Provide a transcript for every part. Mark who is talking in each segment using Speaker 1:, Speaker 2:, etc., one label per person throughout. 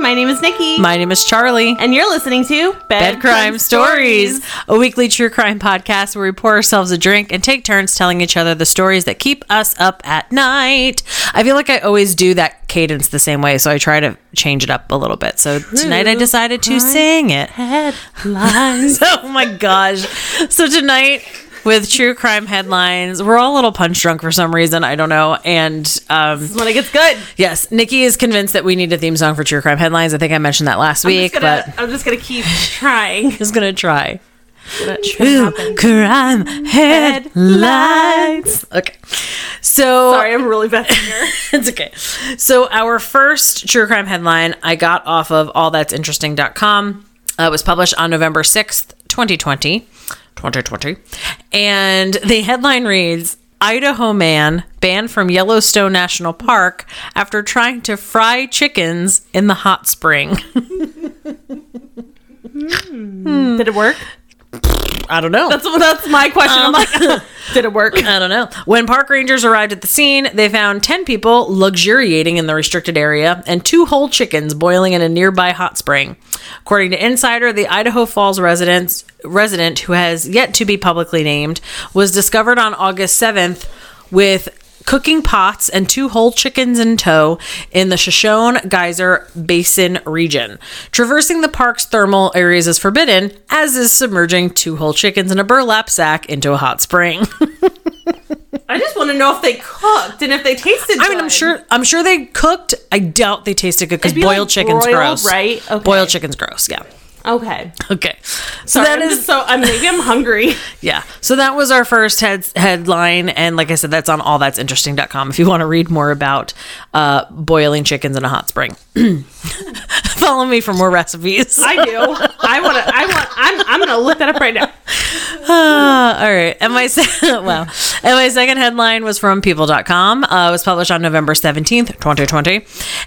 Speaker 1: My name is Nikki.
Speaker 2: My name is Charlie.
Speaker 1: and you're listening to Bed,
Speaker 2: Bed Crime Stories, a weekly true crime podcast where we pour ourselves a drink and take turns telling each other the stories that keep us up at night. I feel like I always do that cadence the same way, so I try to change it up a little bit. So tonight I decided to sing it.
Speaker 1: Headlines.
Speaker 2: oh my gosh. So tonight with true crime headlines, we're all a little punch drunk for some reason. I don't know. And um,
Speaker 1: This is when it gets good.
Speaker 2: yes, Nikki is convinced that we need a theme song for true crime headlines. I think I mentioned that last
Speaker 1: I'm just
Speaker 2: week,
Speaker 1: gonna,
Speaker 2: but
Speaker 1: I'm just gonna keep trying.
Speaker 2: just gonna try. True
Speaker 1: True.
Speaker 2: crime headlines. Okay. So
Speaker 1: Sorry, I'm really bad singer.
Speaker 2: it's okay. So our first true crime headline I got off of allthat'sinteresting.com. Uh, it was published on November 6th, 2020. 2020. And the headline reads Idaho man banned from Yellowstone National Park after trying to fry chickens in the hot spring.
Speaker 1: Did it work?
Speaker 2: I don't know.
Speaker 1: That's that's my question.
Speaker 2: Um,
Speaker 1: I'm like, did it work?
Speaker 2: I don't know. When park rangers arrived at the scene, they found 10 people luxuriating in the restricted area and two whole chickens boiling in a nearby hot spring. According to Insider, the Idaho Falls residents, resident who has yet to be publicly named was discovered on August 7th with cooking pots and two whole chickens in tow in the Shoshone Geyser Basin region. Traversing the park's thermal areas is forbidden, as is submerging two whole chickens in a burlap sack into a hot spring.
Speaker 1: I just want to know if they cooked and if they tasted.
Speaker 2: I mean, I'm
Speaker 1: good.
Speaker 2: sure. I'm sure they cooked. I doubt they tasted good because
Speaker 1: It'd be, like,
Speaker 2: boiled chicken's
Speaker 1: broiled,
Speaker 2: gross,
Speaker 1: right? Okay.
Speaker 2: Boiled chicken's gross. Yeah.
Speaker 1: Okay.
Speaker 2: Okay. So
Speaker 1: Sorry,
Speaker 2: that
Speaker 1: I'm
Speaker 2: is
Speaker 1: just so. I'm maybe I'm hungry.
Speaker 2: yeah. So that was our first head, headline, and like I said, that's on allthat'sinteresting.com if you want to read more about uh, boiling chickens in a hot spring. Follow me for more recipes.
Speaker 1: I do. I want to. I want. I'm. I'm gonna look that up right now.
Speaker 2: Uh, all right. And my se- wow. And my second headline was from people.com. Uh, it was published on November 17th, 2020.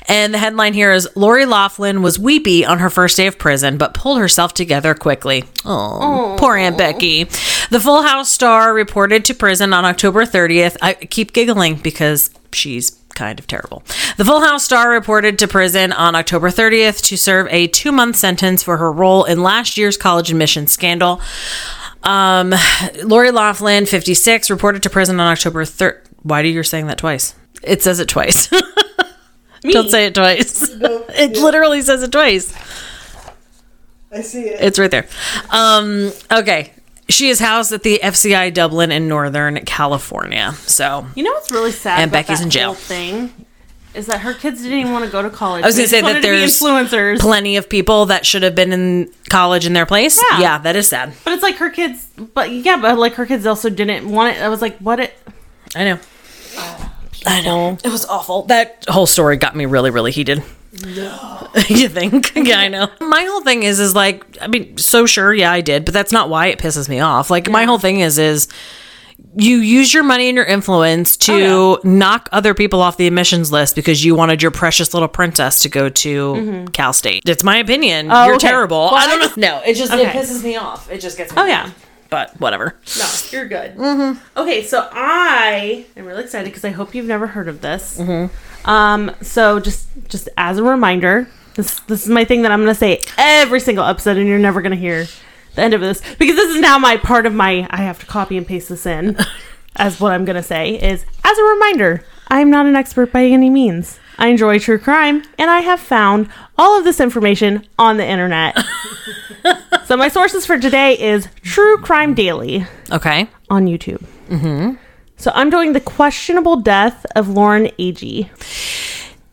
Speaker 2: And the headline here is Lori Laughlin was weepy on her first day of prison, but pulled herself together quickly. Oh, poor Aunt Becky. The Full House star reported to prison on October 30th. I keep giggling because she's kind of terrible. The Full House star reported to prison on October 30th to serve a two month sentence for her role in last year's college admissions scandal. Um, Lori Laughlin, 56, reported to prison on October 3rd. Why do you you're saying that twice? It says it twice.
Speaker 1: Me.
Speaker 2: Don't say it twice. it literally says it twice.
Speaker 3: I see it.
Speaker 2: It's right there. Um, okay. She is housed at the FCI Dublin in Northern California. So
Speaker 1: You know what's really sad?
Speaker 2: And
Speaker 1: about
Speaker 2: Becky's
Speaker 1: that
Speaker 2: in jail.
Speaker 1: whole Thing is that her kids didn't even want to go to college.
Speaker 2: I was
Speaker 1: They
Speaker 2: going to say
Speaker 1: just
Speaker 2: that
Speaker 1: wanted to be influencers,
Speaker 2: there's plenty of people that should have been in college in their place.
Speaker 1: Yeah.
Speaker 2: yeah that is sad.
Speaker 1: but it's like her kids. But yeah, but like her kids also didn't want it. I was like, what? It
Speaker 2: I know. I know. It was awful. That whole story got me really, really heated. No. you think? Yeah, I know. My whole thing is is like I mean, so sure, yeah, I did, but that's not why it pisses me off. Like my whole thing is is you use your money and your influence to
Speaker 1: Oh,
Speaker 2: knock other people off the admissions list because you wanted your precious little princess to go to Cal State. It's my opinion. You're
Speaker 1: okay.
Speaker 2: terrible.
Speaker 1: Well,
Speaker 2: Oh, I don't
Speaker 1: I
Speaker 2: know. No, it just
Speaker 1: Okay.
Speaker 2: pisses me off. It just gets me.
Speaker 1: Oh yeah.
Speaker 2: But whatever.
Speaker 1: No, you're good. Mm-hmm. Okay, so I am really excited because I hope you've never heard of this. Um, so just just as a reminder, this this is my thing that I'm going to say every single episode, and you're never going to hear the end of this because this is now my part of my. I have to copy and paste this in as what I'm going to say is as a reminder. I'm not an expert by any means. I enjoy true crime, and I have found all of this information on the internet. so my sources for today is True Crime Daily
Speaker 2: Okay.
Speaker 1: on YouTube.
Speaker 2: Mm-hmm.
Speaker 1: So I'm doing the questionable death of Lauren Agee.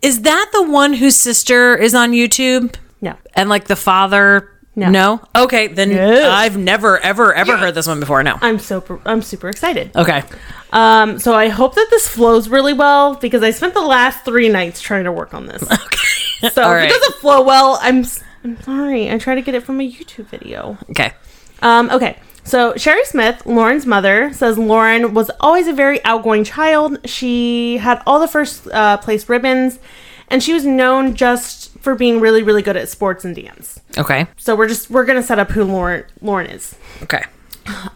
Speaker 2: Is that the one whose sister is on YouTube?
Speaker 1: No,
Speaker 2: And like the father?
Speaker 1: No.
Speaker 2: Okay, then
Speaker 1: No.
Speaker 2: I've never, ever, ever heard this one before. No.
Speaker 1: I'm so I'm super excited.
Speaker 2: Okay.
Speaker 1: Um, so I hope that this flows really well because I spent the last three nights trying to work on this.
Speaker 2: Okay.
Speaker 1: So
Speaker 2: All
Speaker 1: if
Speaker 2: right.
Speaker 1: it doesn't flow well, I'm s- I'm sorry. I try to get it from a YouTube video.
Speaker 2: Okay.
Speaker 1: Um, okay. So Sherry Smith, Lauren's mother, says Lauren was always a very outgoing child. She had all the first uh, place ribbons, and she was known just for being really, really good at sports and dance.
Speaker 2: Okay.
Speaker 1: So we're just we're gonna set up who Lauren Lauren is.
Speaker 2: Okay.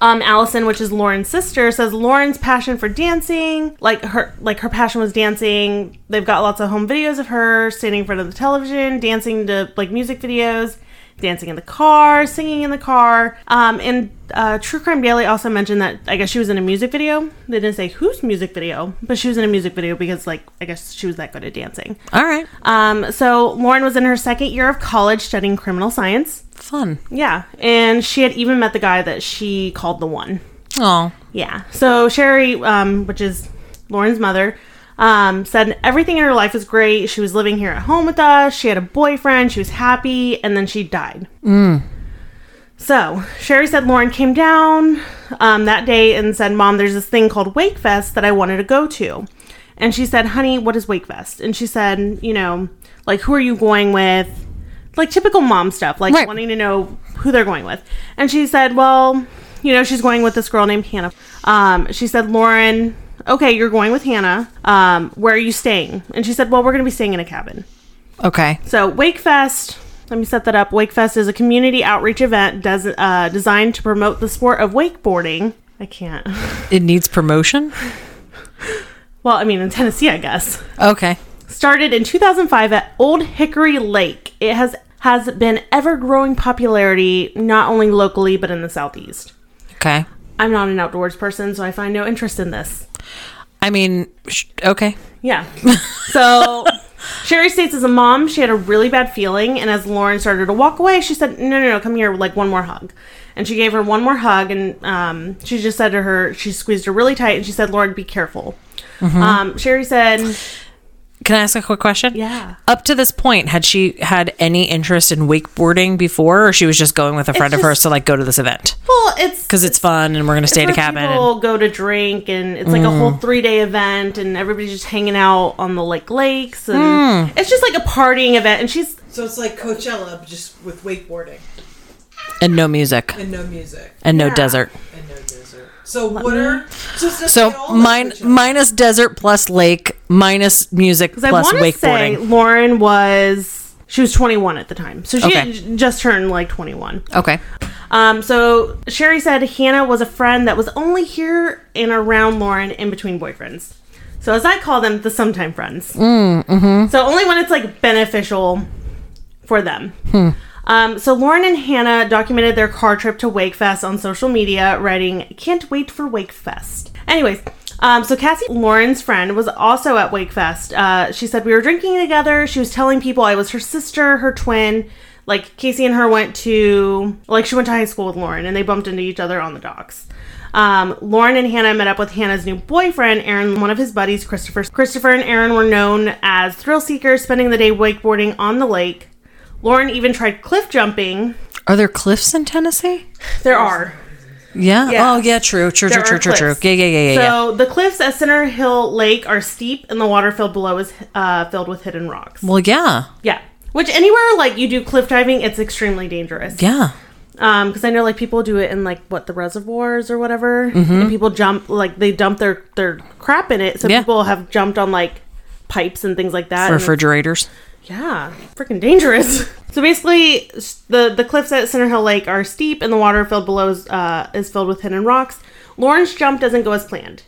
Speaker 1: um, Allison, which is Lauren's sister, says Lauren's passion for dancing, like her, like her passion was dancing. They've got lots of home videos of her standing in front of the television, dancing to like music videos, dancing in the car, singing in the car. Um, and uh, True Crime Daily also mentioned that I guess she was in a music video. They didn't say whose music video, but she was in a music video because like I guess she was that good at dancing.
Speaker 2: All right.
Speaker 1: Um, so Lauren was in her second year of college studying criminal science.
Speaker 2: Fun.
Speaker 1: Yeah, and she had even met the guy that she called the one.
Speaker 2: Oh.
Speaker 1: Yeah. So Sherry, um, which is Lauren's mother, um, said everything in her life was great. She was living here at home with us. She had a boyfriend. She was happy, and then she died. So Sherry said Lauren came down um, that day and said, "Mom, there's this thing called Wakefest that I wanted to go to." And she said, "Honey, what is Wakefest?" And she said, "You know, like who are you going with?" Like typical mom stuff, like
Speaker 2: Right.
Speaker 1: wanting to know who they're going with. And she said, "Well, you know, she's going with this girl named Hannah." Um, she said, "Lauren, okay, you're going with Hannah. Um, where are you staying?" And she said, "Well, we're going to be staying in a cabin."
Speaker 2: Okay.
Speaker 1: So Wakefest, let me set that up. Wakefest is a community outreach event des- uh, designed to promote the sport of wakeboarding. I can't.
Speaker 2: It needs promotion.
Speaker 1: Well, I mean, in Tennessee, I guess.
Speaker 2: Okay.
Speaker 1: Started in 2005 at Old Hickory Lake. It has has been ever growing popularity not only locally but in the southeast.
Speaker 2: Okay.
Speaker 1: I'm not an outdoors person, so I find no interest in this.
Speaker 2: I mean, sh- okay.
Speaker 1: Yeah. So Sherry states as a mom, she had a really bad feeling, and as Lauren started to walk away, she said, "No, no, no, come here, like one more hug." And she gave her one more hug, and um, she just said to her, she squeezed her really tight, and she said, "Lauren, be careful." Um, Sherry said,
Speaker 2: Can I ask a quick question?
Speaker 1: "Yeah."
Speaker 2: Up to this point, had she had any interest in wakeboarding before, or she was just going with a friend of
Speaker 1: just-
Speaker 2: hers to like go to this event
Speaker 1: Well, it's
Speaker 2: because it's fun and we're going to stay at a
Speaker 1: where
Speaker 2: cabin? and- Mm.
Speaker 1: People go to drink, and it's like a whole three day event, and everybody's just hanging out on the like lakes, and
Speaker 2: Mm.
Speaker 1: it's just like a partying event. And she's
Speaker 3: So it's like Coachella, but just with wakeboarding
Speaker 2: and no music
Speaker 3: and no music
Speaker 2: and no desert.
Speaker 3: and no desert. So what are so, it's just like
Speaker 2: So
Speaker 3: all of
Speaker 2: mine,
Speaker 3: Coachella.
Speaker 2: minus desert plus lake minus music
Speaker 1: I
Speaker 2: plus
Speaker 1: want to say
Speaker 2: wakeboarding.
Speaker 1: Lauren was she was 21 at the time, so she
Speaker 2: Okay.
Speaker 1: had j- just turned like 21.
Speaker 2: okay.
Speaker 1: Um, so Sherry said Hannah was a friend that was only here and around Lauren in between boyfriends. So as I call them, the sometime friends.
Speaker 2: Mm, mm-hmm.
Speaker 1: So only when it's like beneficial for them. Um, so Lauren and Hannah documented their car trip to Wakefest on social media, writing, "Can't wait for Wakefest." Anyways, um, so Cassie, Lauren's friend, was also at Wakefest. Uh, she said we were drinking together. She was telling people I was her sister, her twin. Like Casey and her went to like she went to high school with Lauren, and they bumped into each other on the docks. Um, Lauren and Hannah met up with Hannah's new boyfriend, Aaron, one of his buddies, Christopher. Christopher and Aaron were known as thrill seekers, spending the day wakeboarding on the lake. Lauren even tried cliff jumping.
Speaker 2: Are there cliffs in Tennessee?
Speaker 1: There are.
Speaker 2: Yeah.
Speaker 1: Yeah.
Speaker 2: Oh, yeah. True. True.
Speaker 1: There
Speaker 2: true.
Speaker 1: are
Speaker 2: True. True.
Speaker 1: cliffs.
Speaker 2: True. Yeah. Yeah. Yeah. Yeah. yeah.
Speaker 1: So the cliffs at Center Hill Lake are steep, and the waterfill below is uh, filled with hidden rocks.
Speaker 2: Well, yeah.
Speaker 1: Yeah, which anywhere like you do cliff diving, it's extremely dangerous.
Speaker 2: Yeah.
Speaker 1: Um, because I know like people do it in like what the reservoirs or whatever, and people jump like they dump their their crap in it. So
Speaker 2: Mm-hmm. Yeah.
Speaker 1: people have jumped on like pipes and things like that. and it's-
Speaker 2: Refrigerators.
Speaker 1: Yeah, freaking dangerous. So basically, s- the the cliffs at Center Hill Lake are steep, and the water filled below is, uh, is filled with hidden rocks. Lauren's jump doesn't go as planned.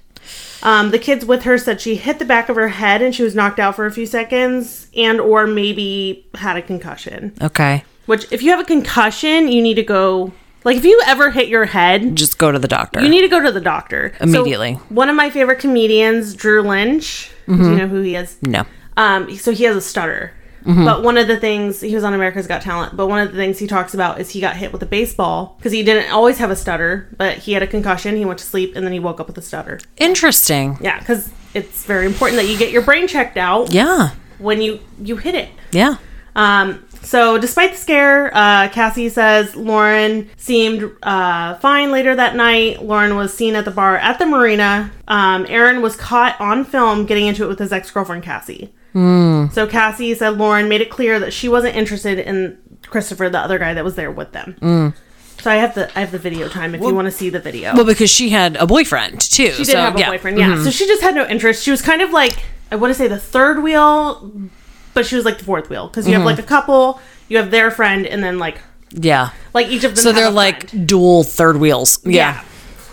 Speaker 1: Um, the kids with her said she hit the back of her head and she was knocked out for a few seconds, and or maybe had a concussion.
Speaker 2: Okay.
Speaker 1: Which, if you have a concussion, you need to go. Like, if you ever hit your head,
Speaker 2: Just go to the doctor.
Speaker 1: you need to go to the doctor So,
Speaker 2: Immediately.
Speaker 1: one of my favorite comedians, Drew Lynch. Do you know who he is?
Speaker 2: no.
Speaker 1: Um, so he has a stutter. But one of the things he was on America's Got Talent, but one of the things he talks about is he got hit with a baseball because he didn't always have a stutter, but he had a concussion, he went to sleep, and then he woke up with a stutter.
Speaker 2: Interesting.
Speaker 1: Yeah, because it's very important that you get your brain checked out
Speaker 2: Yeah.
Speaker 1: when you you hit it.
Speaker 2: Yeah.
Speaker 1: Um, so despite the scare, uh, Cassie says Lauren seemed uh, fine later that night. Lauren was seen at the bar at the marina. Um, Aaron was caught on film getting into it with his ex girlfriend Cassie. So Cassie said Lauren made it clear that she wasn't interested in Christopher, the other guy that was there with them. So I have the I have the video time if you want to see the video.
Speaker 2: Well, because she had a boyfriend too.
Speaker 1: she did
Speaker 2: so,
Speaker 1: have a
Speaker 2: yeah. Mm-hmm.
Speaker 1: boyfriend, yeah. So she just had no interest. She was kind of like I want to say the third
Speaker 2: Mm-hmm.
Speaker 1: wheel, but she was like the fourth wheel because you have like a couple, you have their friend, and then like
Speaker 2: Yeah.
Speaker 1: Like each of them.
Speaker 2: So
Speaker 1: have
Speaker 2: they're
Speaker 1: a
Speaker 2: like
Speaker 1: friend.
Speaker 2: dual third wheels. Yeah.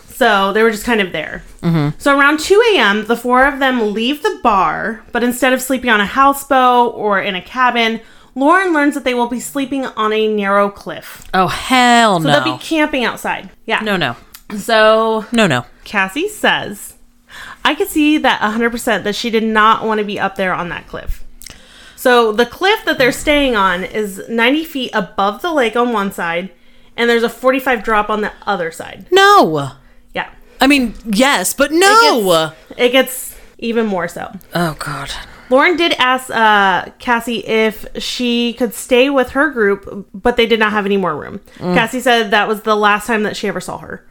Speaker 1: So they were just kind of there.
Speaker 2: Mm-hmm.
Speaker 1: So around 2 a.m., the four of them leave the bar, but instead of sleeping on a houseboat or in a cabin, Lauren learns that they will be sleeping on a narrow cliff.
Speaker 2: Oh hell
Speaker 1: So
Speaker 2: no.
Speaker 1: they'll be camping outside. Yeah.
Speaker 2: Oh. no no
Speaker 1: So
Speaker 2: no no.
Speaker 1: Cassie says, I could see that 100% that she did not want to be up there on that cliff. So the cliff that they're staying on is 90 feet above the lake on one side, and there's a 45 drop on the other side.
Speaker 2: No.
Speaker 1: Yeah.
Speaker 2: I mean yes, but no.
Speaker 1: It gets even more so.
Speaker 2: Oh god.
Speaker 1: Lauren did ask uh, Cassie if she could stay with her group, but they did not have any more room.
Speaker 2: Mm.
Speaker 1: Cassie said that was the last time that she ever saw her.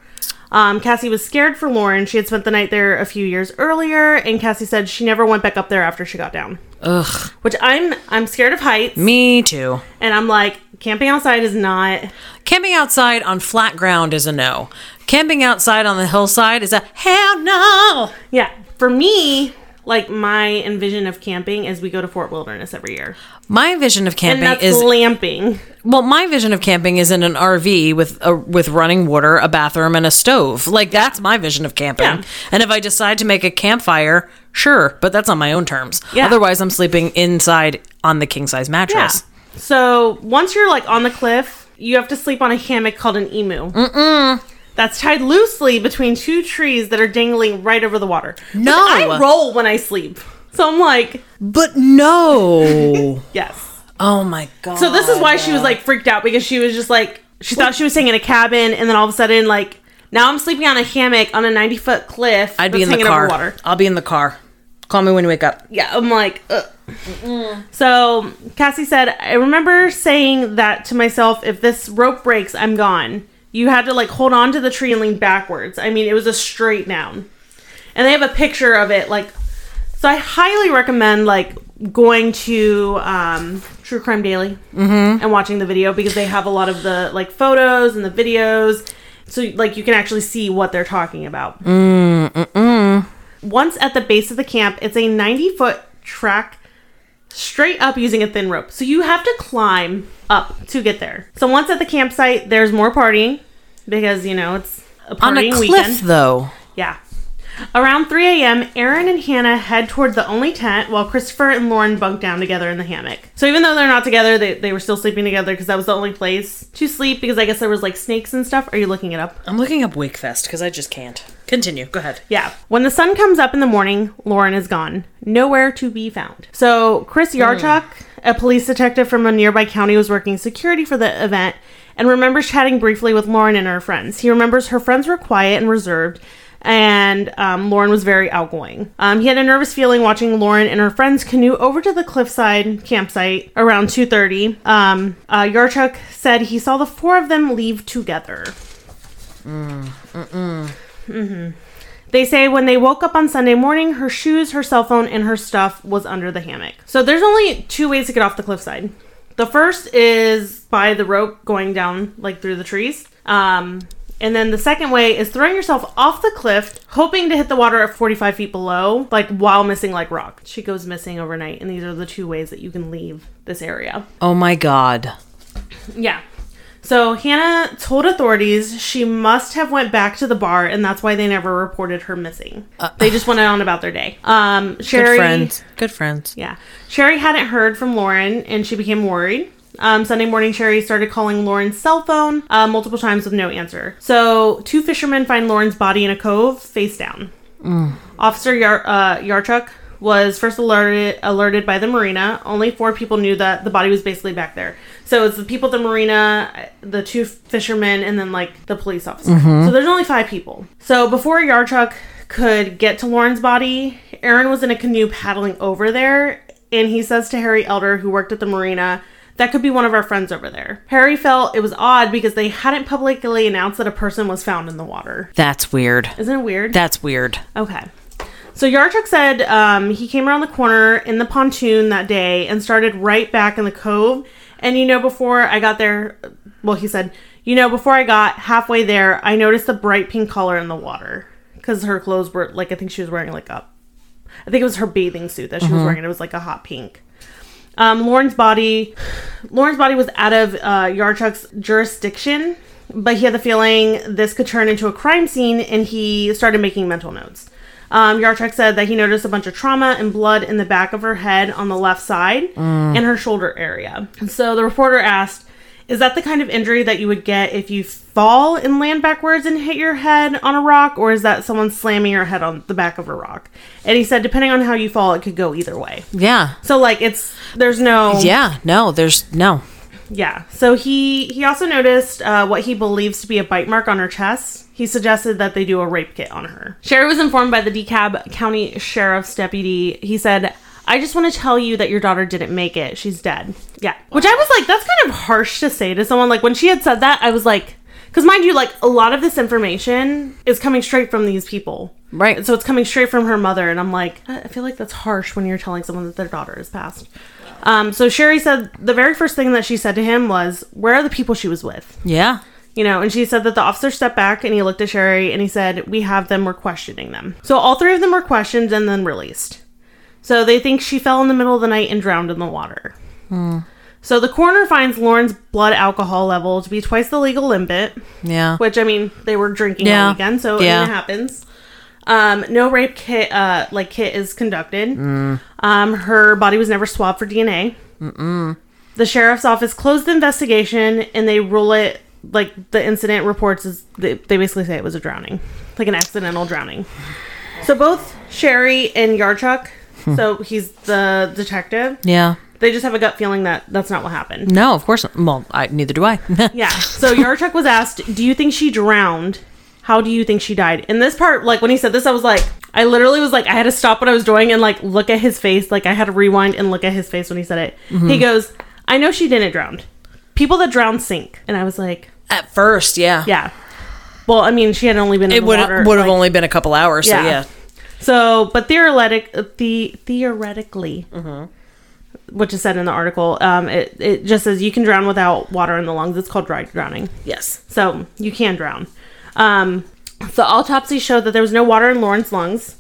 Speaker 1: Um, Cassie was scared for Lauren. She had spent the night there a few years earlier, and Cassie said she never went back up there after she got down.
Speaker 2: Ugh.
Speaker 1: Which I'm I'm scared of heights,
Speaker 2: Me too.
Speaker 1: and I'm like camping outside is not.
Speaker 2: Camping outside on flat ground is a no. Camping outside on the hillside is a hell no.
Speaker 1: Yeah, for me, like my envision of camping is we go to Fort Wilderness every year,
Speaker 2: My vision of
Speaker 1: and
Speaker 2: camping
Speaker 1: that's
Speaker 2: is
Speaker 1: glamping.
Speaker 2: well, my vision of camping is in an RV with a, with running water, a bathroom, and a stove. Like that's my vision of camping.
Speaker 1: Yeah.
Speaker 2: And if I decide to make a campfire, sure, but that's on my own terms.
Speaker 1: Yeah.
Speaker 2: Otherwise, I'm sleeping inside on the king size mattress.
Speaker 1: So once you're like on the cliff, you have to sleep on a hammock called an emu. Mm-mm. That's tied loosely between two trees that are dangling right over the water. Which
Speaker 2: No.
Speaker 1: I roll when I sleep. So I'm like,
Speaker 2: But no.
Speaker 1: yes.
Speaker 2: oh my god.
Speaker 1: So this is why she was like freaked out because she was just like she thought she was staying in a cabin and then all of a sudden like now I'm sleeping on a hammock on a 90 foot cliff.
Speaker 2: I'd be
Speaker 1: that's
Speaker 2: in the
Speaker 1: hanging over
Speaker 2: car.
Speaker 1: water.
Speaker 2: I'll be in the car. Call me when you wake up.
Speaker 1: yeah, I'm like, Ugh. so Cassie said, I remember saying that to myself, if this rope breaks, I'm gone. You had to like hold on to the tree and lean backwards. I mean, it was a straight down. And they have a picture of it, like, so I highly recommend like going to um, True Crime Daily
Speaker 2: Mm-hmm.
Speaker 1: and watching the video because they have a lot of the like photos and the videos. So like you can actually see what they're talking about. Once at the base of the camp, it's a 90 foot track straight up using a thin rope. So you have to climb up to get there. So once at the campsite, there's more partying because, you know, it's a
Speaker 2: On a
Speaker 1: partying
Speaker 2: cliff
Speaker 1: weekend.
Speaker 2: though.
Speaker 1: Yeah. Around 3 a.m., Aaron and Hannah head toward the only tent while Christopher and Lauren bunk down together in the hammock. So even though they're not together, they, they were still sleeping together because that was the only place to sleep because I guess there was like snakes and stuff. Are you looking it up?
Speaker 2: I'm looking up Wakefest because I just can't. Continue. Go ahead.
Speaker 1: Yeah. When the sun comes up in the morning, Lauren is gone. Nowhere to be found. So, Chris Yarchuk, a police detective from a nearby county, was working security for the event and remembers chatting briefly with Lauren and her friends. He remembers her friends were quiet and reserved. And um, Lauren was very outgoing. Um, he had a nervous feeling watching Lauren and her friends canoe over to the cliffside campsite around 2:30. Um, uh, Yarchuk said he saw the four of them leave together. They say when they woke up on Sunday morning, her shoes, her cell phone, and her stuff was under the hammock. So there's only two ways to get off the cliffside. The first is by the rope going down like through the trees. Um, and then the second way is throwing yourself off the cliff, hoping to hit the water at 45 feet below, like while missing like rock. She goes missing overnight, and these are the two ways that you can leave this area.
Speaker 2: Oh my god.
Speaker 1: Yeah. So Hannah told authorities she must have went back to the bar, and that's why they never reported her missing. they just went on about their day. Um, Sherry,
Speaker 2: Uh, Good friends. Good friends.
Speaker 1: yeah, Sherry hadn't heard from Lauren, and she became worried. Um, Sunday morning, Sherry started calling Lauren's cell phone uh, multiple times with no answer. So two fishermen find Lauren's body in a cove, face down. Officer Yar- uh, Yarchuk was first alerted alerted by the marina. Only four people knew that the body was basically back there. So it's the people at the marina, the two fishermen, and then like the police officer. So there's only five people. So before Yarchuk could get to Lauren's body, Aaron was in a canoe paddling over there, and he says to Harry Elder, who worked at the marina, that could be one of our friends over there. Harry felt it was odd because they hadn't publicly announced that a person was found in the water.
Speaker 2: That's weird.
Speaker 1: Isn't it weird?
Speaker 2: That's weird.
Speaker 1: Okay. So Yarchuk said um, he came around the corner in the pontoon that day and started right back in the cove. And you know, before I got there, well, he said, you know, before I got halfway there, I noticed the bright pink color in the water because her clothes were like I think she was wearing like a, I think it was her bathing suit that she was wearing. It was like a hot pink. Um, Lauren's body, Lauren's body was out of uh, Yarchuk's jurisdiction, but he had the feeling this could turn into a crime scene, and he started making mental notes. Um, Yarchuk said that he noticed a bunch of trauma and blood in the back of her head on the left side and her shoulder area. So the reporter asked, "Is that the kind of injury that you would get if you fall and land backwards and hit your head on a rock, or is that someone slamming your head on the back of a rock?" And he said, "Depending on how you fall, it could go either way."
Speaker 2: Yeah.
Speaker 1: So like it's there's no
Speaker 2: Yeah. No, there's no.
Speaker 1: yeah. So he he also noticed uh, what he believes to be a bite mark on her chest. He suggested that they do a rape kit on her. Sherry was informed by the DeKalb County Sheriff's deputy. He said, "I just want to tell you that your daughter didn't make it. She's dead." Yeah. Which I was like, that's kind of harsh to say to someone. Like when she had said that, I was like, because mind you, like a lot of this information is coming straight from these people.
Speaker 2: Right.
Speaker 1: So it's coming straight from her mother, and I'm like, I I feel like that's harsh when you're telling someone that their daughter is passed. Um, so Sherry said the very first thing that she said to him was, "Where are the people she was with?"
Speaker 2: Yeah.
Speaker 1: You know, and she said that the officer stepped back and he looked at Sherry and he said, "We have them. We're questioning them." So all three of them were questioned and then released. So they think she fell in the middle of the night and drowned in the water. So the coroner finds Lauren's blood alcohol level to be twice the legal limit.
Speaker 2: Yeah.
Speaker 1: Which I mean, they were drinking
Speaker 2: Yeah.
Speaker 1: all weekend, so
Speaker 2: Yeah.
Speaker 1: I mean, it happens. Um, no rape kit, uh, like kit is conducted.
Speaker 2: Mm.
Speaker 1: Um, her body was never swabbed for DNA. Mm-mm. The sheriff's office closed the investigation, and they rule it like the incident reports is they, they basically say it was a drowning, like an accidental drowning. So both Sherry and Yarchuk,
Speaker 2: Hmm.
Speaker 1: so he's the detective.
Speaker 2: Yeah.
Speaker 1: They just have a gut feeling that that's not what happened.
Speaker 2: No, of course. Not. Well, I neither do I.
Speaker 1: Yeah. So Yarchuk was asked, "Do you think she drowned? How do you think she died?" And this part, like when he said this, I was like, I literally was like, I had to stop what I was doing and like look at his face. Like I had to rewind and look at his face when he said it. He
Speaker 2: Mm-hmm.
Speaker 1: goes, "I know she didn't drown. People that drown sink." And I was like,
Speaker 2: At first, yeah.
Speaker 1: Yeah. Well, I mean, she had only been in
Speaker 2: It
Speaker 1: the
Speaker 2: would
Speaker 1: water.
Speaker 2: have would have
Speaker 1: like-
Speaker 2: only been a couple hours. So
Speaker 1: Yeah.
Speaker 2: yeah.
Speaker 1: so, but theoretic, uh, the theoretically,
Speaker 2: Mm-hmm.
Speaker 1: which is said in the article, um, it it just says you can drown without water in the lungs. It's called dry drowning.
Speaker 2: Yes.
Speaker 1: So you can drown. Um, the autopsy showed that there was no water in Lauren's lungs.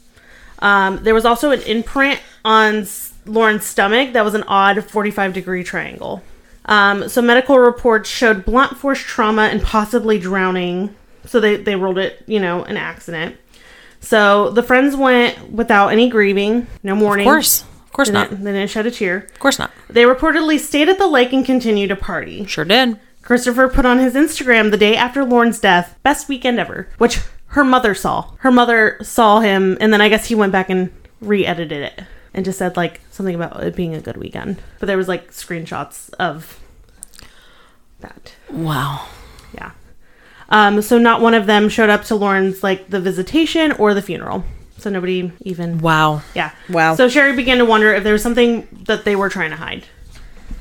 Speaker 1: Um, there was also an imprint on S- Lauren's stomach that was an odd 45 degree triangle. Um, so medical reports showed blunt force trauma and possibly drowning. So they, they ruled it, you know, an accident. So the friends went without any grieving, no mourning.
Speaker 2: Of course. Of course
Speaker 1: They
Speaker 2: not.
Speaker 1: didn't,
Speaker 2: Of
Speaker 1: they didn't shed a tear.
Speaker 2: course not.
Speaker 1: They reportedly stayed at the lake and continued to party.
Speaker 2: Sure did.
Speaker 1: Christopher put on his Instagram the day after Lauren's death, best weekend ever, which her mother saw. Her mother saw him, and then I guess he went back and re edited it and just said like something about it being a good weekend. But there was like screenshots of that.
Speaker 2: Wow.
Speaker 1: Yeah. Um, so not one of them showed up to Lauren's like the visitation or the funeral. So nobody even
Speaker 2: Wow.
Speaker 1: yeah.
Speaker 2: Wow.
Speaker 1: So Sherry began to wonder if there was something that they were trying to hide.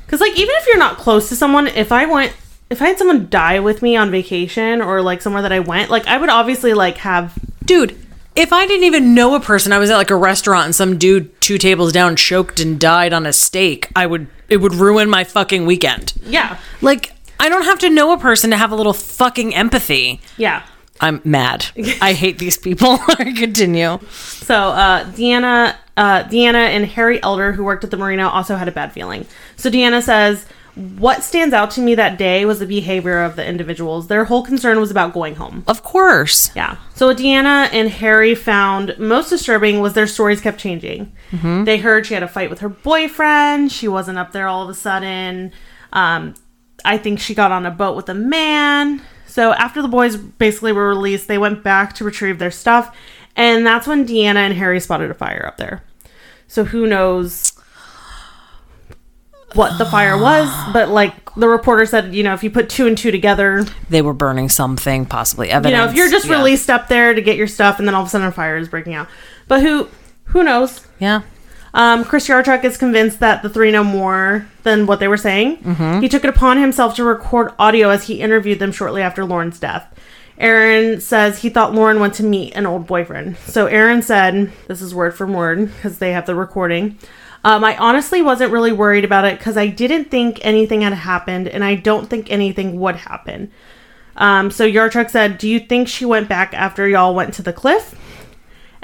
Speaker 1: Cause like even if you're not close to someone, if I went if I had someone die with me on vacation or like somewhere that I went, like I would obviously like have
Speaker 2: Dude, if I didn't even know a person, I was at like a restaurant and some dude two tables down choked and died on a steak, I would it would ruin my fucking weekend.
Speaker 1: Yeah.
Speaker 2: Like I don't have to know a person to have a little fucking empathy.
Speaker 1: Yeah.
Speaker 2: I'm mad. I hate these people. Continue.
Speaker 1: So uh Deanna uh Deanna and Harry Elder who worked at the marina also had a bad feeling. So Deanna says what stands out to me that day was the behavior of the individuals. Their whole concern was about going home.
Speaker 2: Of course.
Speaker 1: Yeah. So what Deanna and Harry found most disturbing was their stories kept changing. They heard she had a fight with her boyfriend. She wasn't up there all of a sudden. Um, I think she got on a boat with a man. So after the boys basically were released, they went back to retrieve their stuff, and that's when Deanna and Harry spotted a fire up there. So who knows what the fire was? But like the reporter said, you know, if you put two and two together,
Speaker 2: They were burning something, possibly
Speaker 1: you
Speaker 2: evidence.
Speaker 1: know, if you're just
Speaker 2: Yeah.
Speaker 1: released up there to get your stuff, and then all of a sudden a fire is breaking out, but who who knows?
Speaker 2: Yeah.
Speaker 1: Um, Chris Yarchuk is convinced that the three know more than what they were saying. He took it upon himself to record audio as he interviewed them shortly after Lauren's death. Aaron says he thought Lauren went to meet an old boyfriend. So Aaron said, this is word for word because they have the recording. Um, I honestly wasn't really worried about it because I didn't think anything had happened and I don't think anything would happen. Um, so Yarchuk said, Do you think she went back after y'all went to the cliff?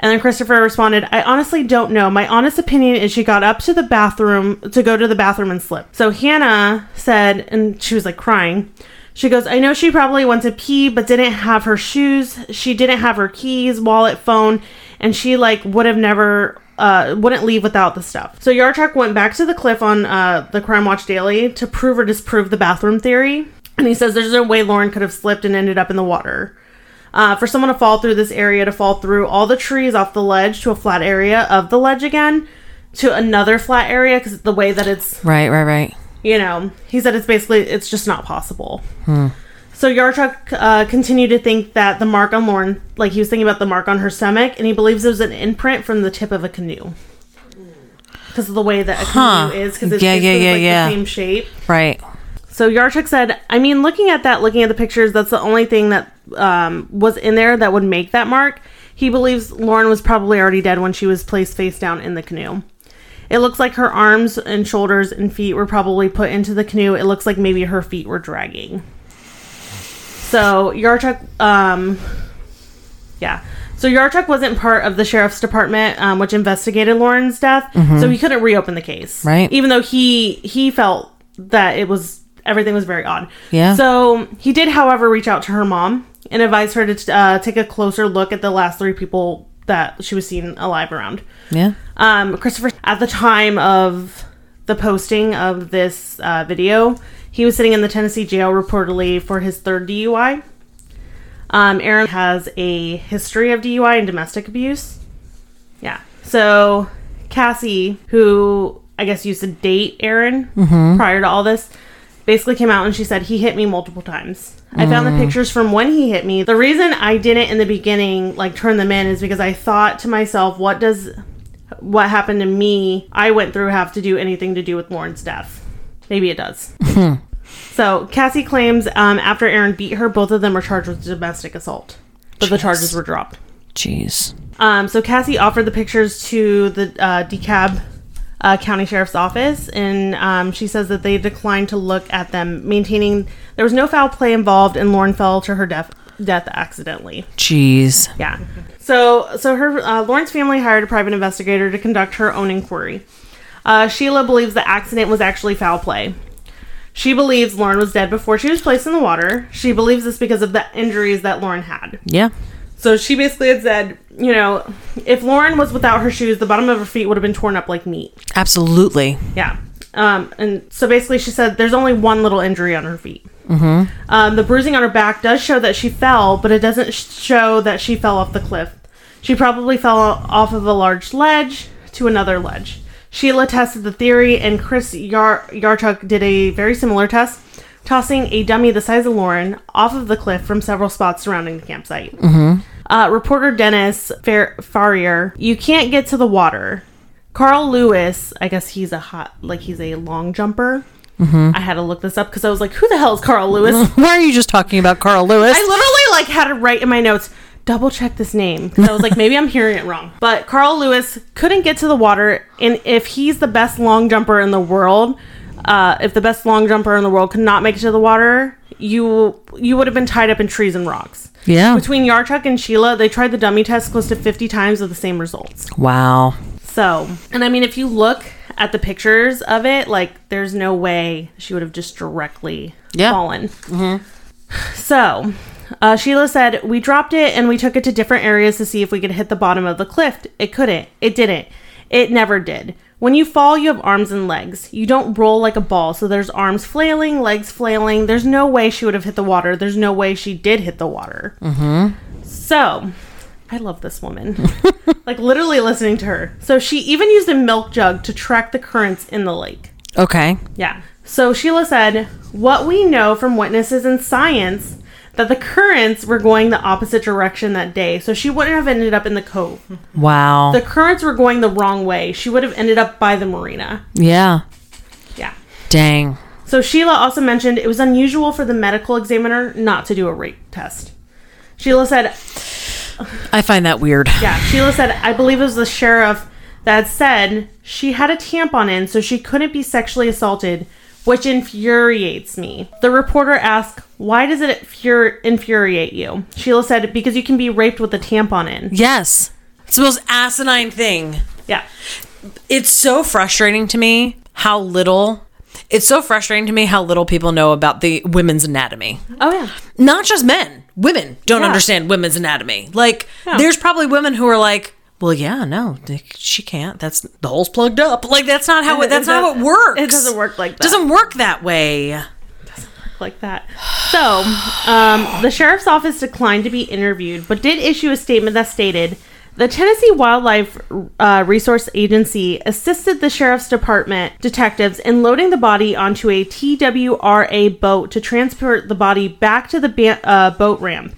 Speaker 1: And then Christopher responded, I honestly don't know. My honest opinion is she got up to the bathroom to go to the bathroom and slipped. So Hannah said, and she was like crying. She goes, I know she probably went to pee, but didn't have her shoes. She didn't have her keys, wallet, phone, and she like would have never uh, wouldn't leave without the stuff. So Yarchuk went back to the cliff on uh, the Crime Watch Daily to prove or disprove the bathroom theory. And he says there's no way Lauren could have slipped and ended up in the water. Uh, for someone to fall through this area, to fall through all the trees off the ledge to a flat area of the ledge again, to another flat area, because the way that it's
Speaker 2: Right, right, right.
Speaker 1: you know, he said it's basically it's just not possible.
Speaker 2: Hmm.
Speaker 1: So Yarchuk uh, continued to think that the mark on Lauren, like he was thinking about the mark on her stomach, and he believes it was an imprint from the tip of a canoe because of the way that a
Speaker 2: Huh.
Speaker 1: canoe is, because it's
Speaker 2: Yeah, yeah,
Speaker 1: basically
Speaker 2: yeah,
Speaker 1: like
Speaker 2: yeah.
Speaker 1: the same shape.
Speaker 2: Right.
Speaker 1: So Yarchuk said, I mean, looking at that, looking at the pictures, that's the only thing that um, was in there that would make that mark. He believes Lauren was probably already dead when she was placed face down in the canoe. It looks like her arms and shoulders and feet were probably put into the canoe. It looks like maybe her feet were dragging. So Yarchuk, um, yeah. So Yarchuk wasn't part of the sheriff's department, um, which investigated Lauren's death, so he couldn't reopen the case.
Speaker 2: Mm-hmm. Right.
Speaker 1: Even though he he felt that it was everything was very odd.
Speaker 2: Yeah.
Speaker 1: So he did, however, reach out to her mom and advise her to uh, take a closer look at the last three people that she was seen alive around
Speaker 2: Yeah.
Speaker 1: um, Christopher at the time of the posting of this uh, video, he was sitting in the Tennessee jail reportedly for his third DUI. Um, Aaron has a history of DUI and domestic abuse. Yeah. So Cassie, who I guess used to date Aaron prior to all this, basically came out and she said, He hit me multiple times. I found the pictures from when he hit me. The reason I didn't in the beginning, like, turn them in is because I thought to myself, What does what happened to me, I went through, have to do anything to do with Lauren's death? Maybe it does. so Cassie claims um, after Aaron beat her, both of them were charged with domestic assault, but the charges were dropped.
Speaker 2: Jeez.
Speaker 1: Um, so Cassie offered the pictures to the uh, DeKalb uh, County Sheriff's Office, and um, she says that they declined to look at them, maintaining there was no foul play involved, and Lauren fell to her death death accidentally.
Speaker 2: Jeez.
Speaker 1: Yeah. So, so her uh, Lawrence family hired a private investigator to conduct her own inquiry. Uh, Sheila believes the accident was actually foul play. She believes Lauren was dead before she was placed in the water. She believes this because of the injuries that Lauren had.
Speaker 2: Yeah.
Speaker 1: So she basically had said, you know, if Lauren was without her shoes, the bottom of her feet would have been torn up like meat.
Speaker 2: Absolutely.
Speaker 1: Yeah. Um, and so basically, she said there's only one little injury on her feet. Mm-hmm. Um, the bruising on her back does show that she fell, but it doesn't sh- show that she fell off the cliff. She probably fell off of a large ledge to another ledge. Sheila tested the theory, and Chris Yar- Yarchuk did a very similar test, tossing a dummy the size of Lauren off of the cliff from several spots surrounding the campsite. Uh, reporter Dennis Fer- Farrier, you can't get to the water. Carl Lewis, I guess he's a hot, like he's a long jumper. I had to look this up because I was like, who the hell is Carl Lewis?
Speaker 2: Why are you just talking about Carl Lewis?
Speaker 1: I literally like had to write in my notes, double check this name because I was like, maybe I'm hearing it wrong. But Carl Lewis couldn't get to the water, and if he's the best long jumper in the world, uh, if the best long jumper in the world could not make it to the water, you you would have been tied up in trees and rocks.
Speaker 2: Yeah.
Speaker 1: Between Yarchuk and Sheila, they tried the dummy test close to 50 times with the same results.
Speaker 2: wow.
Speaker 1: So, and I mean, if you look at the pictures of it, like, there's no way she would have just directly
Speaker 2: Yeah.
Speaker 1: fallen. So, uh, Sheila said, We dropped it and we took it to different areas to see if we could hit the bottom of the cliff. It couldn't. It didn't. It never did. When you fall, you have arms and legs. You don't roll like a ball, so there's arms flailing, legs flailing. There's no way she would have hit the water. There's no way she did hit the water. So, I love this woman. like, literally listening to her. So, she even used a milk jug to track the currents in the lake.
Speaker 2: Okay.
Speaker 1: Yeah. So Sheila said, What we know from witnesses and science that the currents were going the opposite direction that day, so she wouldn't have ended up in the cove.
Speaker 2: Wow.
Speaker 1: The currents were going the wrong way. She would have ended up by the marina.
Speaker 2: yeah.
Speaker 1: Yeah.
Speaker 2: Dang.
Speaker 1: So Sheila also mentioned it was unusual for the medical examiner not to do a rape test. Sheila said,
Speaker 2: I find that weird.
Speaker 1: Yeah, Sheila said, I believe it was the sheriff that said she had a tampon in, so she couldn't be sexually assaulted, which infuriates me. The reporter asked, Why does it fur- infuriate you? Sheila said, Because you can be raped with a tampon in.
Speaker 2: Yes. It's the most asinine thing.
Speaker 1: Yeah.
Speaker 2: It's so frustrating to me how little. It's so frustrating to me how little people know about the women's anatomy.
Speaker 1: Oh yeah.
Speaker 2: Not just men, women don't
Speaker 1: Yeah.
Speaker 2: understand women's anatomy. Like,
Speaker 1: Yeah.
Speaker 2: there's probably women who are like, well, yeah, no, she can't. That's the hole's plugged up. Like, that's not how it, that's not how it works.
Speaker 1: It doesn't work like that.
Speaker 2: Doesn't work that way.
Speaker 1: like that. So, um, the sheriff's office declined to be interviewed, but did issue a statement that stated the Tennessee Wildlife uh, Resource Agency assisted the sheriff's department detectives in loading the body onto a TWRA boat to transport the body back to the ba- uh, boat ramp.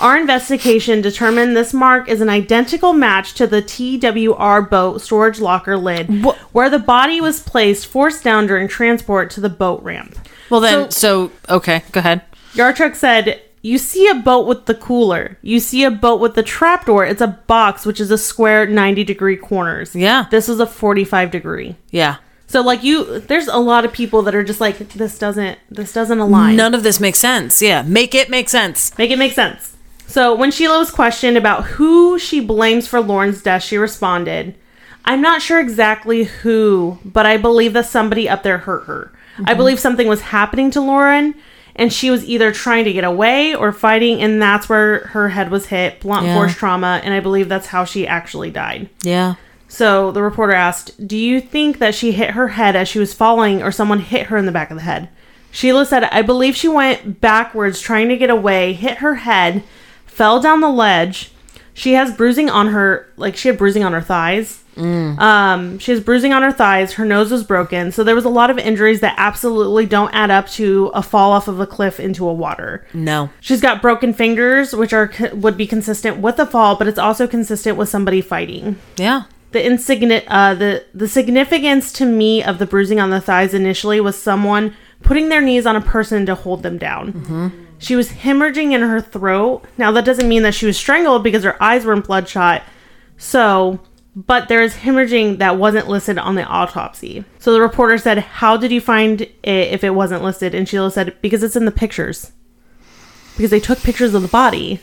Speaker 1: Our investigation determined this mark is an identical match to the TWR boat storage locker lid
Speaker 2: Wha-
Speaker 1: where the body was placed forced down during transport to the boat ramp.
Speaker 2: Well, then, so okay, go ahead.
Speaker 1: Yarchuk said, You see a boat with the cooler. You see a boat with the trapdoor. It's a box, which is a square 90 degree corners.
Speaker 2: Yeah.
Speaker 1: This was a 45 degree.
Speaker 2: Yeah.
Speaker 1: So, like, you, there's a lot of people that are just like, this doesn't, this doesn't align.
Speaker 2: None of this makes sense. Yeah. Make it make sense.
Speaker 1: Make it make sense. So, when Sheila was questioned about who she blames for Lauren's death, she responded, I'm not sure exactly who, but I believe that somebody up there hurt her. I believe something was happening to Lauren, and she was either trying to get away or fighting, and that's where her head was hit blunt
Speaker 2: Yeah.
Speaker 1: force trauma, and I believe that's how she actually died.
Speaker 2: Yeah.
Speaker 1: So, the reporter asked, Do you think that she hit her head as she was falling, or someone hit her in the back of the head? Sheila said, I believe she went backwards trying to get away, hit her head, fell down the ledge. She has bruising on her, like she had bruising on her thighs. Um, she has bruising on her thighs. Her nose was broken. So there was a lot of injuries that absolutely don't add up to a fall off of a cliff into a water.
Speaker 2: No.
Speaker 1: She's got broken fingers, which are would be consistent with a fall, but it's also consistent with somebody fighting
Speaker 2: Yeah.
Speaker 1: the insigni- uh, the the significance to me of the bruising on the thighs initially was someone putting their knees on a person to hold them down. She was hemorrhaging in her throat. Now that doesn't mean that she was strangled because her eyes were bloodshot. So, but there is hemorrhaging that wasn't listed on the autopsy. So the reporter said, "How did you find it if it wasn't listed?" And Sheila said, "Because it's in the pictures." Because they took pictures of the body.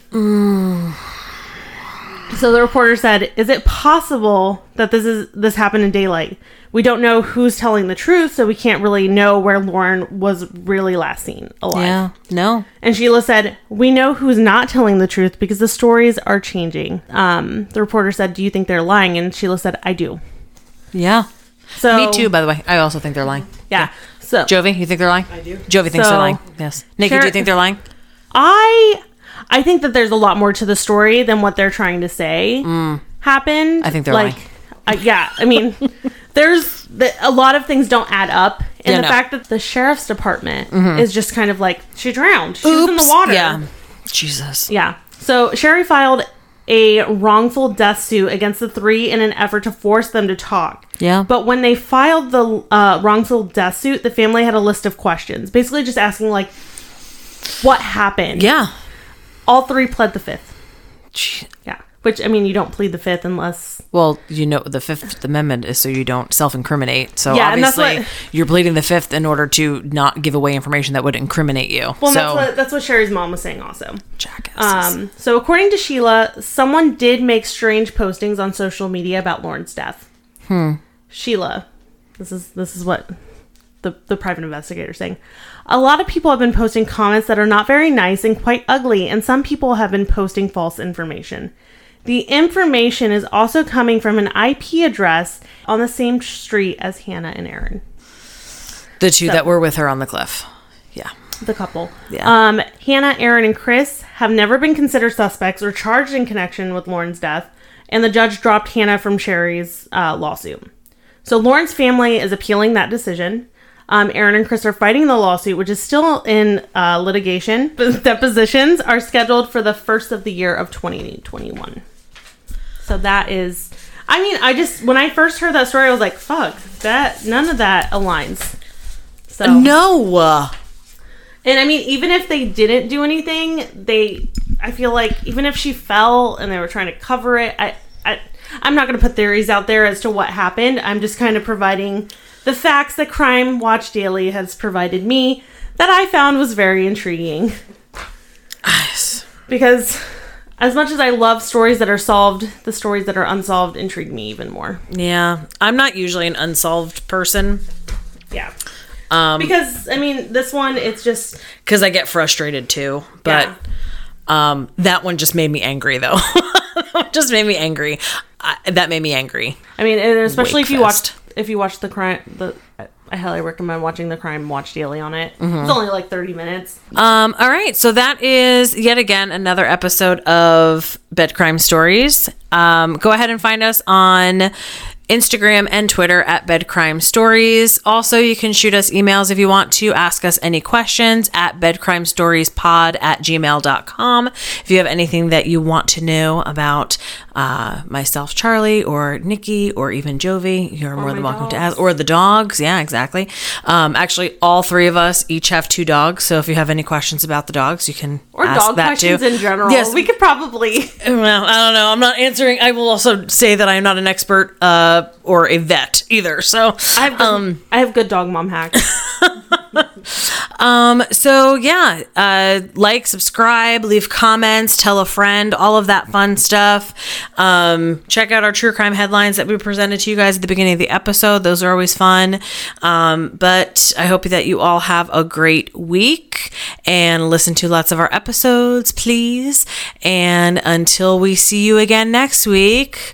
Speaker 1: So the reporter said, "Is it possible that this is this happened in daylight? We don't know who's telling the truth, so we can't really know where Lauren was really last seen alive."
Speaker 2: Yeah. No.
Speaker 1: And Sheila said, "We know who's not telling the truth because the stories are changing." Um, the reporter said, "Do you think they're lying?" And Sheila said, "I do."
Speaker 2: Yeah.
Speaker 1: So
Speaker 2: Me too, by the way. I also think they're lying.
Speaker 1: Yeah. So
Speaker 2: Jovi, you think they're lying? I
Speaker 3: do.
Speaker 2: Jovi thinks
Speaker 1: So-
Speaker 2: they're lying. Yes. Nikki, do
Speaker 1: Sure.
Speaker 2: you think they're lying?
Speaker 1: I I think that there's a lot more to the story than what they're trying to say happened.
Speaker 2: Mm. I think they're
Speaker 1: like, uh, yeah. I mean, there's the, a lot of things don't add up, and
Speaker 2: Yeah,
Speaker 1: the
Speaker 2: no. Mm-hmm.
Speaker 1: fact that the sheriff's department is just kind of like she drowned, she was in the water.
Speaker 2: Yeah. Jesus.
Speaker 1: Yeah. So Sherry filed a wrongful death suit against the three in an effort to force them to talk.
Speaker 2: Yeah.
Speaker 1: But when they filed the uh, wrongful death suit, the family had a list of questions, basically just asking like, what happened?
Speaker 2: Yeah.
Speaker 1: All three pled the fifth.
Speaker 2: Gee.
Speaker 1: Yeah. Which I mean, you don't plead the fifth unless
Speaker 2: Well, you know the Fifth Amendment is so you don't self-incriminate. So
Speaker 1: Yeah, and that's
Speaker 2: obviously
Speaker 1: what-
Speaker 2: you're pleading the Fifth in order to not give away information that would incriminate you.
Speaker 1: well,
Speaker 2: so
Speaker 1: that's what that's what Sherry's mom was saying also.
Speaker 2: jackasses.
Speaker 1: Um, so according to Sheila, someone did make strange postings on social media about Lauren's death. Hmm. Sheila, this is this is what the the private investigator is saying. A lot of people have been posting comments that are not very nice and quite ugly, and some people have been posting false information. The information is also coming from an IP address on the same street as Hannah and Aaron.
Speaker 2: the two that were with her on the cliff. Yeah.
Speaker 1: the couple.
Speaker 2: Yeah.
Speaker 1: Um, Hannah, Aaron, and Chris have never been considered suspects or charged in connection with Lauren's death, and the judge dropped Hannah from Sherry's uh, lawsuit. So Lauren's family is appealing that decision. Um, Aaron and Chris are fighting the lawsuit, which is still in uh, litigation. Depositions are scheduled for the first of the year of 2021. So that is, I mean, I just when I first heard that story, I was like, "Fuck that!" None of that aligns. So
Speaker 2: No. uh,
Speaker 1: and I mean, even if they didn't do anything, they, I feel like even if she fell and they were trying to cover it, I, I I'm not going to put theories out there as to what happened. I'm just kind of providing the facts that Crime Watch Daily has provided me that I found was very intriguing because As much as I love stories that are solved, the stories that are unsolved intrigue me even more.
Speaker 2: Yeah, I'm not usually an unsolved person
Speaker 1: Yeah. Um, because I mean, this one it's just
Speaker 2: because I get frustrated too. But
Speaker 1: Yeah.
Speaker 2: um, that one just made me angry, though. That one just made me angry. I, that made me angry.
Speaker 1: I mean, and especially if you watched
Speaker 2: Wakefest.
Speaker 1: if you watched the crime the I highly recommend watching the crime watch daily on it.
Speaker 2: Mm-hmm.
Speaker 1: It's only like 30 minutes.
Speaker 2: Um, all right, so that is yet again another episode of Bed Crime Stories. Um, go ahead and find us on Instagram and Twitter at Bed Crime Stories. Also, you can shoot us emails if you want to ask us any questions at bedcrimestoriespod at gmail.com. If you have anything that you want to know about uh, myself, Charlie, or Nikki, or even Jovi, you're more
Speaker 1: my
Speaker 2: than welcome to
Speaker 1: dogs.
Speaker 2: ask or the dogs. Yeah, exactly. Um, actually, all three of us each have two dogs. So if you have any questions about the dogs, you can
Speaker 1: Or
Speaker 2: ask
Speaker 1: dog
Speaker 2: that
Speaker 1: questions
Speaker 2: too.
Speaker 1: in general.
Speaker 2: Yes.
Speaker 1: We could probably
Speaker 2: well, I don't know. I'm not answering. I will also say that I am not an expert uh, or a vet either. So
Speaker 1: I have good,
Speaker 2: um,
Speaker 1: I have good dog mom hacks.
Speaker 2: Um, so yeah uh, like subscribe leave comments tell a friend all of that fun stuff um, check out our true crime headlines that we presented to you guys at the beginning of the episode those are always fun um, but i hope that you all have a great week and listen to lots of our episodes please and until we see you again next week